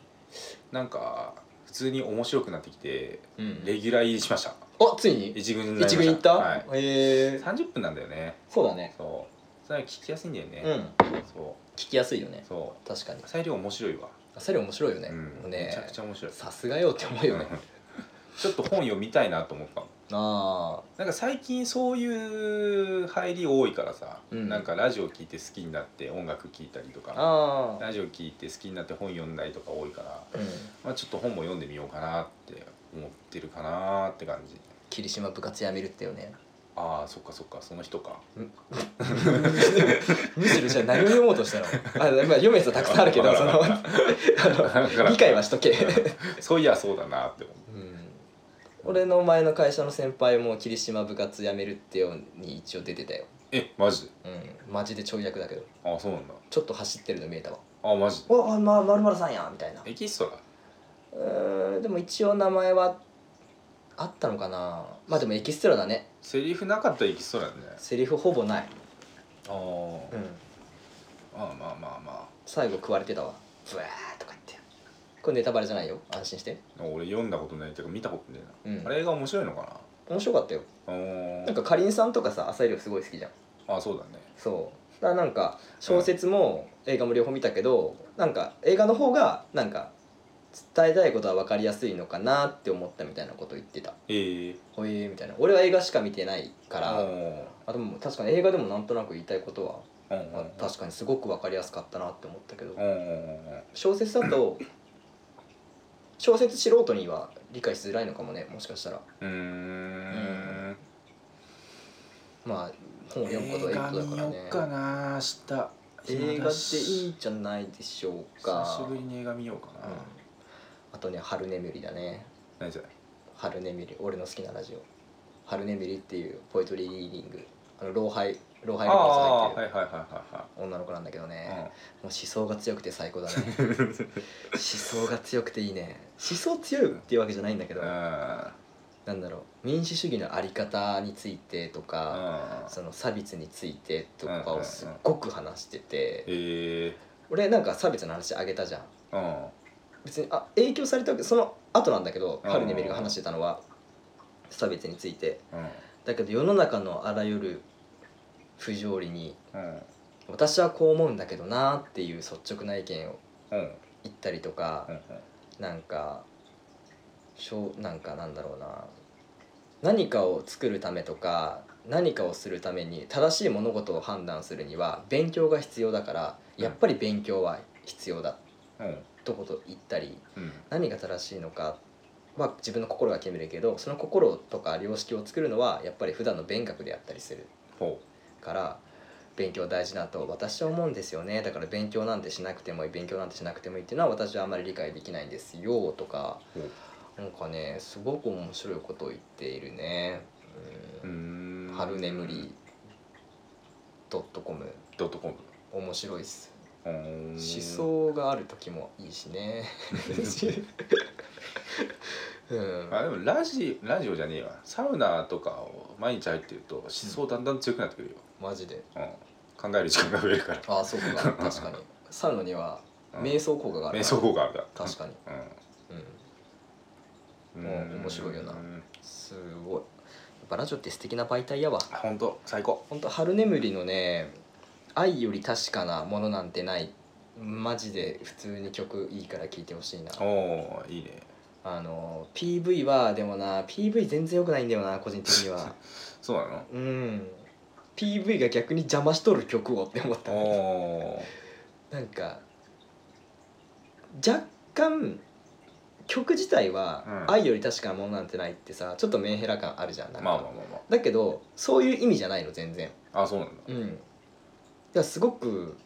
Speaker 1: なんか普通に面白くなってきて
Speaker 2: うん
Speaker 1: レギュラー入りしました
Speaker 2: あついに
Speaker 1: 一軍になりま
Speaker 2: 一
Speaker 1: した
Speaker 2: 軍行った
Speaker 1: はい、
Speaker 2: ええ
Speaker 1: 30分なんだよね
Speaker 2: そうだね
Speaker 1: そうそれは聞きやすいんだよね、
Speaker 2: うん
Speaker 1: そ
Speaker 2: 聞きやすいよね
Speaker 1: うそ
Speaker 2: 確かに
Speaker 1: う裁量面白いわ、
Speaker 2: あそれ面白いよね、
Speaker 1: うん、
Speaker 2: ね
Speaker 1: めちゃくちゃ面白い
Speaker 2: さすがよって思うよね、
Speaker 1: ちょっと本読みたいなと思ったの
Speaker 2: ああ
Speaker 1: なんか最近そういう入り多いからさ、
Speaker 2: うん
Speaker 1: なんかラジオ聞いて好きになって音楽聞いたりとか
Speaker 2: ああ
Speaker 1: ラジオ聞いて好きになって本読んだりとか多いから、
Speaker 2: うん
Speaker 1: まあ、ちょっと本も読んでみようかなって思ってるかなって感じ
Speaker 2: 霧島部活やめるってよね
Speaker 1: ああそっかそっかその人か
Speaker 2: むしろじゃあ何を読もうとしたのあまあ読むやつはたくさんあるけどそのあの理解はしとけ、
Speaker 1: そういやそうだなって思
Speaker 2: う
Speaker 1: う
Speaker 2: ん、俺の前の会社の先輩も霧島部活やめるってよに一応出てたよ、
Speaker 1: えマジで
Speaker 2: うん、マジでちょい役だけど
Speaker 1: ああそうなんだ
Speaker 2: ちょっと走ってるの見えたわ
Speaker 1: ああマジで
Speaker 2: おあまるまるさんやみたいな
Speaker 1: エキストラ
Speaker 2: うーんでも一応名前はあったのかなまあでもエキストラだね
Speaker 1: セリフなかったらエキストラだね
Speaker 2: セリフほぼない、
Speaker 1: あー、
Speaker 2: ん、
Speaker 1: ああまあまあま
Speaker 2: 最後食われてたわブワーとか言ってこれネタバレじゃないよ安心して
Speaker 1: あ俺読んだことないっていうか見たことないな、
Speaker 2: うん
Speaker 1: あれが面白いのかな
Speaker 2: 面白かったよ
Speaker 1: あー
Speaker 2: なんかかりんさんとかさ朝色すごい好きじゃん
Speaker 1: あそうだね
Speaker 2: そうだからなんか小説も映画も両方見たけどなんか映画の方がなんか伝えたいことは分かりやすいのかなって思ったみたいなこと言ってた
Speaker 1: ええ
Speaker 2: ほえーみたいな俺は映画しか見てないから、
Speaker 1: うん
Speaker 2: あでも確かに映画でもなんとなく言いたいことは
Speaker 1: うん
Speaker 2: まあ
Speaker 1: う
Speaker 2: 確かにすごく分かりやすかったなって思ったけど
Speaker 1: んうんうん
Speaker 2: 小説だ と小説素人には理解しづらいのかもねもしかしたら
Speaker 1: うーん
Speaker 2: まあ本を読むことはいいことだから
Speaker 1: 映画見よ
Speaker 2: ね
Speaker 1: うかな明日
Speaker 2: 映画ってい
Speaker 1: い
Speaker 2: いじゃないでしょう
Speaker 1: 久
Speaker 2: か
Speaker 1: しぶりに映画見ようかな、
Speaker 2: うんあとね「春眠り」だね
Speaker 1: 何それ
Speaker 2: 「春眠り」俺の好きなラジオ「春眠り」っていうポエトリーリーディングあの老廃老
Speaker 1: あ
Speaker 2: 廃
Speaker 1: ー
Speaker 2: 部クラス入って
Speaker 1: はい
Speaker 2: る
Speaker 1: はいはいは
Speaker 2: 女の子なんだけど
Speaker 1: い
Speaker 2: ね、
Speaker 1: は
Speaker 2: もう思想が強くて最 高だね思想が強くていいね思想強いっていうわけじゃないんだけ
Speaker 1: い。う
Speaker 2: ど、
Speaker 1: ん。うん
Speaker 2: なんだろう民主主義のあり方についてとか、
Speaker 1: うん
Speaker 2: その差別についてとか
Speaker 1: うんうんう
Speaker 2: を
Speaker 1: ん
Speaker 2: すっごく話してて、
Speaker 1: ええ。
Speaker 2: 俺なんか差別の話あげたじゃん
Speaker 1: うん。
Speaker 2: 別にあ影響されたわけその後なんだけど
Speaker 1: うん
Speaker 2: カルネメルが話してたのは差別について
Speaker 1: うん。
Speaker 2: だけど世の中のあらゆる不条理に
Speaker 1: うん。
Speaker 2: 私はこう思うんだけどなっていう率直な意見を
Speaker 1: うん。
Speaker 2: 言ったりと
Speaker 1: う
Speaker 2: か
Speaker 1: ん。
Speaker 2: なんかしょうなんかなんだろうな何かを作るためとか何かをするために正しい物事を判断するには勉強が必要だからやっぱり勉強は必要だっ
Speaker 1: うん。
Speaker 2: てこと言ったり
Speaker 1: うん。
Speaker 2: 何が正しいのかは自分の心が決めるけどその心とか良識を作るのはやっぱり普段の勉学であったりする
Speaker 1: ほ
Speaker 2: から勉強大事だと私は思うんですよねだから勉強なんてしなくてもいい勉強なんてしなくてもいいっていうのは私はあまり理解できないんですよとか
Speaker 1: う。ほ
Speaker 2: なんかねすごく面白いことを言っているね。う
Speaker 1: う。うー。
Speaker 2: んん、春眠り。ドットコム
Speaker 1: ドットコム。
Speaker 2: 面白いっす
Speaker 1: うーん
Speaker 2: 思。想がある時もいいし ねうん
Speaker 1: あでもラジラジオじゃねえわサウナとかを毎日入ってると思想だんだん強くなってくるよ、
Speaker 2: マジで
Speaker 1: うん考える時間が増えるから
Speaker 2: ああそうか 確かにサウナには
Speaker 1: うん
Speaker 2: 瞑想効果がある
Speaker 1: 瞑想効果あるだ
Speaker 2: 確かに、
Speaker 1: に、
Speaker 2: うん、
Speaker 1: うん
Speaker 2: もう面白いよなんすごいやっぱラジオって素敵な媒体やわ
Speaker 1: あ本当最高
Speaker 2: ほんと春眠りのね「愛より確かなものなんてない」マジで普通に曲いいから聴いてほしいな
Speaker 1: おおーいいね
Speaker 2: あの PV はでもな PV 全然良くないんだよな個人的には
Speaker 1: そうなの
Speaker 2: うん PV が逆に邪魔しとる曲をって思った
Speaker 1: お
Speaker 2: なんか若干曲自体は
Speaker 1: う
Speaker 2: 「
Speaker 1: ん
Speaker 2: 愛より確かなものなんてない」ってさちょっとメンヘラ感あるじゃんな
Speaker 1: ー
Speaker 2: んか、
Speaker 1: まあまあまあ
Speaker 2: だけどそういう意味じゃないの全然
Speaker 1: まああそうなんだ
Speaker 2: うんだからすごく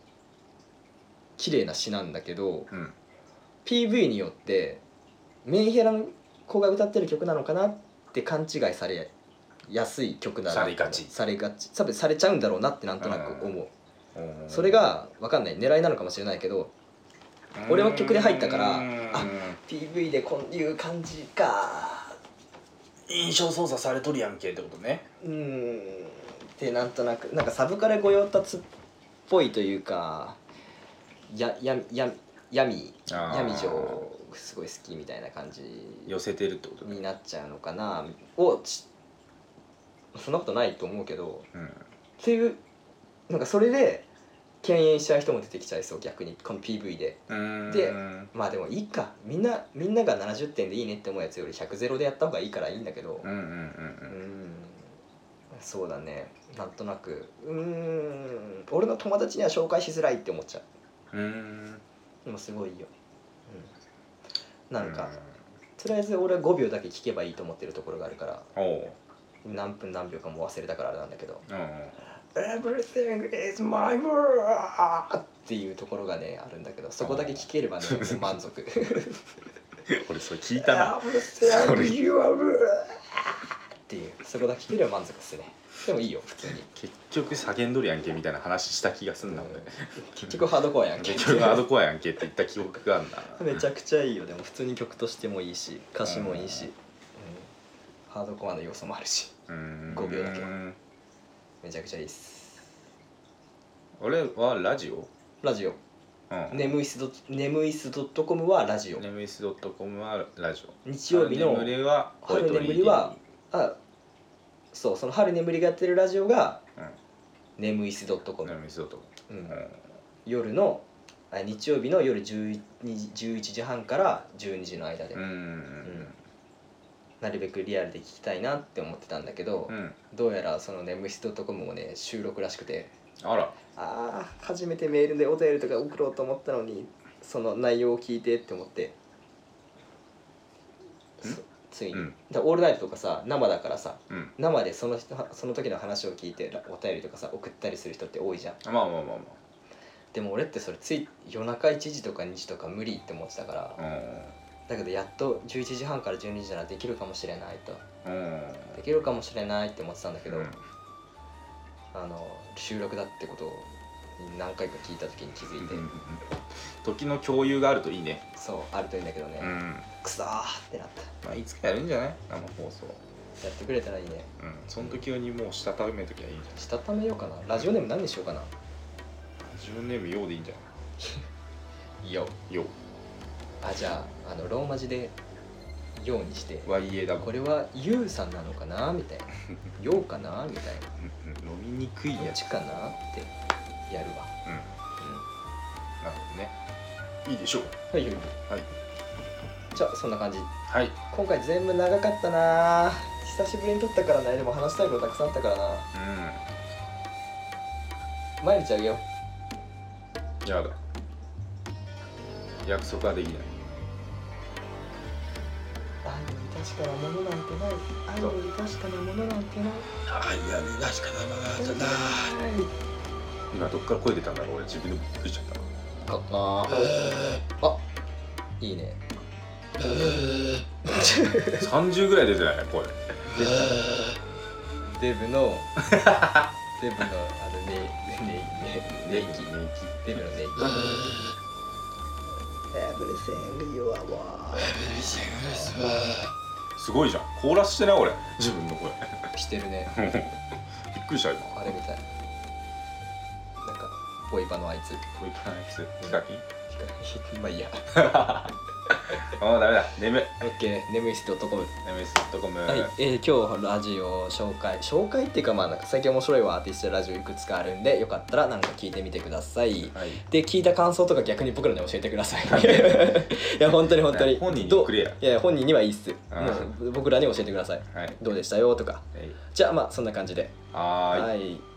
Speaker 2: 綺麗な詩なんだけど
Speaker 1: うん
Speaker 2: PV によってメンヘラの子が歌ってる曲なのかなって勘違いされやすい曲だな
Speaker 1: されがち
Speaker 2: されがち多分されちゃうんだろうなってなんとなく思う、
Speaker 1: おー
Speaker 2: それが分かんない狙いなのかもしれないけど俺は曲で入ったから
Speaker 1: うーん
Speaker 2: あ PV でこういう感じか
Speaker 1: 印象操作されとるやんけってことね
Speaker 2: うーんってなんとなくなんかサブカル御用達っぽいというかややや闇
Speaker 1: あー
Speaker 2: 闇城すごい好きみたいな感じ
Speaker 1: 寄せてるってことね
Speaker 2: になっちゃうのかなをちそんなことないと思うけど
Speaker 1: うん
Speaker 2: っていうなんかそれで敬遠しちゃう人も出てきちゃいそう逆にこの PV で
Speaker 1: うーん
Speaker 2: でまあでもいいかみんなみんなが70点でいいねって思うやつより100ゼロでやった方がいいからいいんだけど、
Speaker 1: うんうんうんう
Speaker 2: うんんそうだねなんとなくうーん俺の友達には紹介しづらいって思っちゃう
Speaker 1: うーん
Speaker 2: でもすごいよ、うん、なんかとりあえず俺は5秒だけ聞けばいいと思ってるところがあるから
Speaker 1: おおー
Speaker 2: 何分何秒かもう忘れたからあれなんだけど
Speaker 1: うんうん
Speaker 2: 「Everything is my world」っていうところがねあるんだけどそこだけ聞ければ ねもう満足
Speaker 1: 俺それ聞いた な
Speaker 2: Everything you are world っていうそこだけ聞ければ満足ですねでもいいよ普通に
Speaker 1: 結局叫んどるやんけみたいな話した気がすんな俺
Speaker 2: 結局ハードコアやんけ
Speaker 1: 結局あどこやんけって言った記憶があ んな
Speaker 2: めちゃくちゃいいよでも普通に曲としてもいいし歌詞もいいし、
Speaker 1: う
Speaker 2: うんハードコアの要素もあるし
Speaker 1: うーん
Speaker 2: 5秒だけめちゃくちゃいいっす
Speaker 1: 俺はラジオ
Speaker 2: ラジオ
Speaker 1: うん
Speaker 2: ネムイスドネムイスドットコムはラジオ
Speaker 1: ネムイスドットコムはラジオ
Speaker 2: 日曜日の
Speaker 1: 春眠りは
Speaker 2: 春眠りはあそうその春眠りがやってるラジオが
Speaker 1: ポエト
Speaker 2: ネムイスドットコ
Speaker 1: リーディーネ
Speaker 2: ム
Speaker 1: ムイスドットコム
Speaker 2: 夜のあ日曜日の夜11 11時半から12時の間で、
Speaker 1: うん
Speaker 2: なるべくリアルで聞きたいなって思ってたんだけど、
Speaker 1: うんうん
Speaker 2: どうやらその眠室 .com もね収録らしくて
Speaker 1: あら
Speaker 2: ああ初めてメールでお便りとか送ろうと思ったのにその内容を聞いてって思ってそついに、
Speaker 1: うん
Speaker 2: だオールナイトとかさ生だからさ
Speaker 1: うん
Speaker 2: 生でその人その時の話を聞いてらお便りとかさ送ったりする人って多いじゃん
Speaker 1: まあまあまあま
Speaker 2: でも俺ってそれつい夜中1時とか2時とか無理って思ってたから
Speaker 1: あ
Speaker 2: だけどやっと11時半から12時ならできるかもしれないと
Speaker 1: うんうん
Speaker 2: できるかもしれないって思ってたんだけど、
Speaker 1: うん
Speaker 2: あの収録だってことを何回か聞いた時に気づいて、
Speaker 1: うん時の共有があるといいね
Speaker 2: そうあるといいんだけどね、
Speaker 1: うん
Speaker 2: くそーってなった
Speaker 1: まあいつかやるんじゃない生放送
Speaker 2: やってくれたらいいね
Speaker 1: うんその時にもうしたためときゃいいんじゃ
Speaker 2: したためようかなラジオネーム何にしようかな
Speaker 1: ない自分ネームようでいいんじゃない
Speaker 2: よ
Speaker 1: いよ
Speaker 2: あじゃああのローマ字で「よう」にして
Speaker 1: YA だ
Speaker 2: これは「ゆう」さんなのかなみたいな「よう」かなみたいな
Speaker 1: 飲みにく
Speaker 2: 「
Speaker 1: い
Speaker 2: ど
Speaker 1: や
Speaker 2: っ
Speaker 1: つ
Speaker 2: ちかな?」ってやるわ
Speaker 1: うんなるほどねいいでしょう
Speaker 2: はいはい
Speaker 1: はい
Speaker 2: じゃあそんな感じ
Speaker 1: はい
Speaker 2: 今回全部長かったな久しぶりに撮ったからねでも話したいことたくさんあったからな毎日あげよ
Speaker 1: うんやだ約束はできないう
Speaker 2: 愛に確かなものなんてない愛に確かなものなんてない
Speaker 1: あいやね確かだな今どっから声出たんだろう俺自分でびっくりしちゃった
Speaker 2: かったなあいい ね
Speaker 1: 30ぐらい出てない 声
Speaker 2: デブのデブのあのねねねねね
Speaker 1: ネイキ
Speaker 2: デブのね
Speaker 1: すごいじゃんコーラスしてない俺自分の声び
Speaker 2: してるね
Speaker 1: っくりした今
Speaker 2: あれみたいなんかボイパのあいつ
Speaker 1: トイプランキスヒカキン
Speaker 2: まあいいや
Speaker 1: ああダメだ眠い
Speaker 2: オッケー眠いっすって男
Speaker 1: 眠いっすドコム
Speaker 2: はい、えー今日ラジオを紹介紹介っていうかまあなんか最近面白いアーティストやラジオいくつかあるんでよかったらなんか聞いてみてください
Speaker 1: はい
Speaker 2: で聞いた感想とか逆に僕らに教えてください いや本当に本当に
Speaker 1: 本人に
Speaker 2: どう
Speaker 1: くれや
Speaker 2: いや本人にはいいっす
Speaker 1: あー
Speaker 2: もう僕らに教えてください
Speaker 1: はい
Speaker 2: どうでしたよとか
Speaker 1: はい
Speaker 2: じゃあまあそんな感じで
Speaker 1: はーい
Speaker 2: い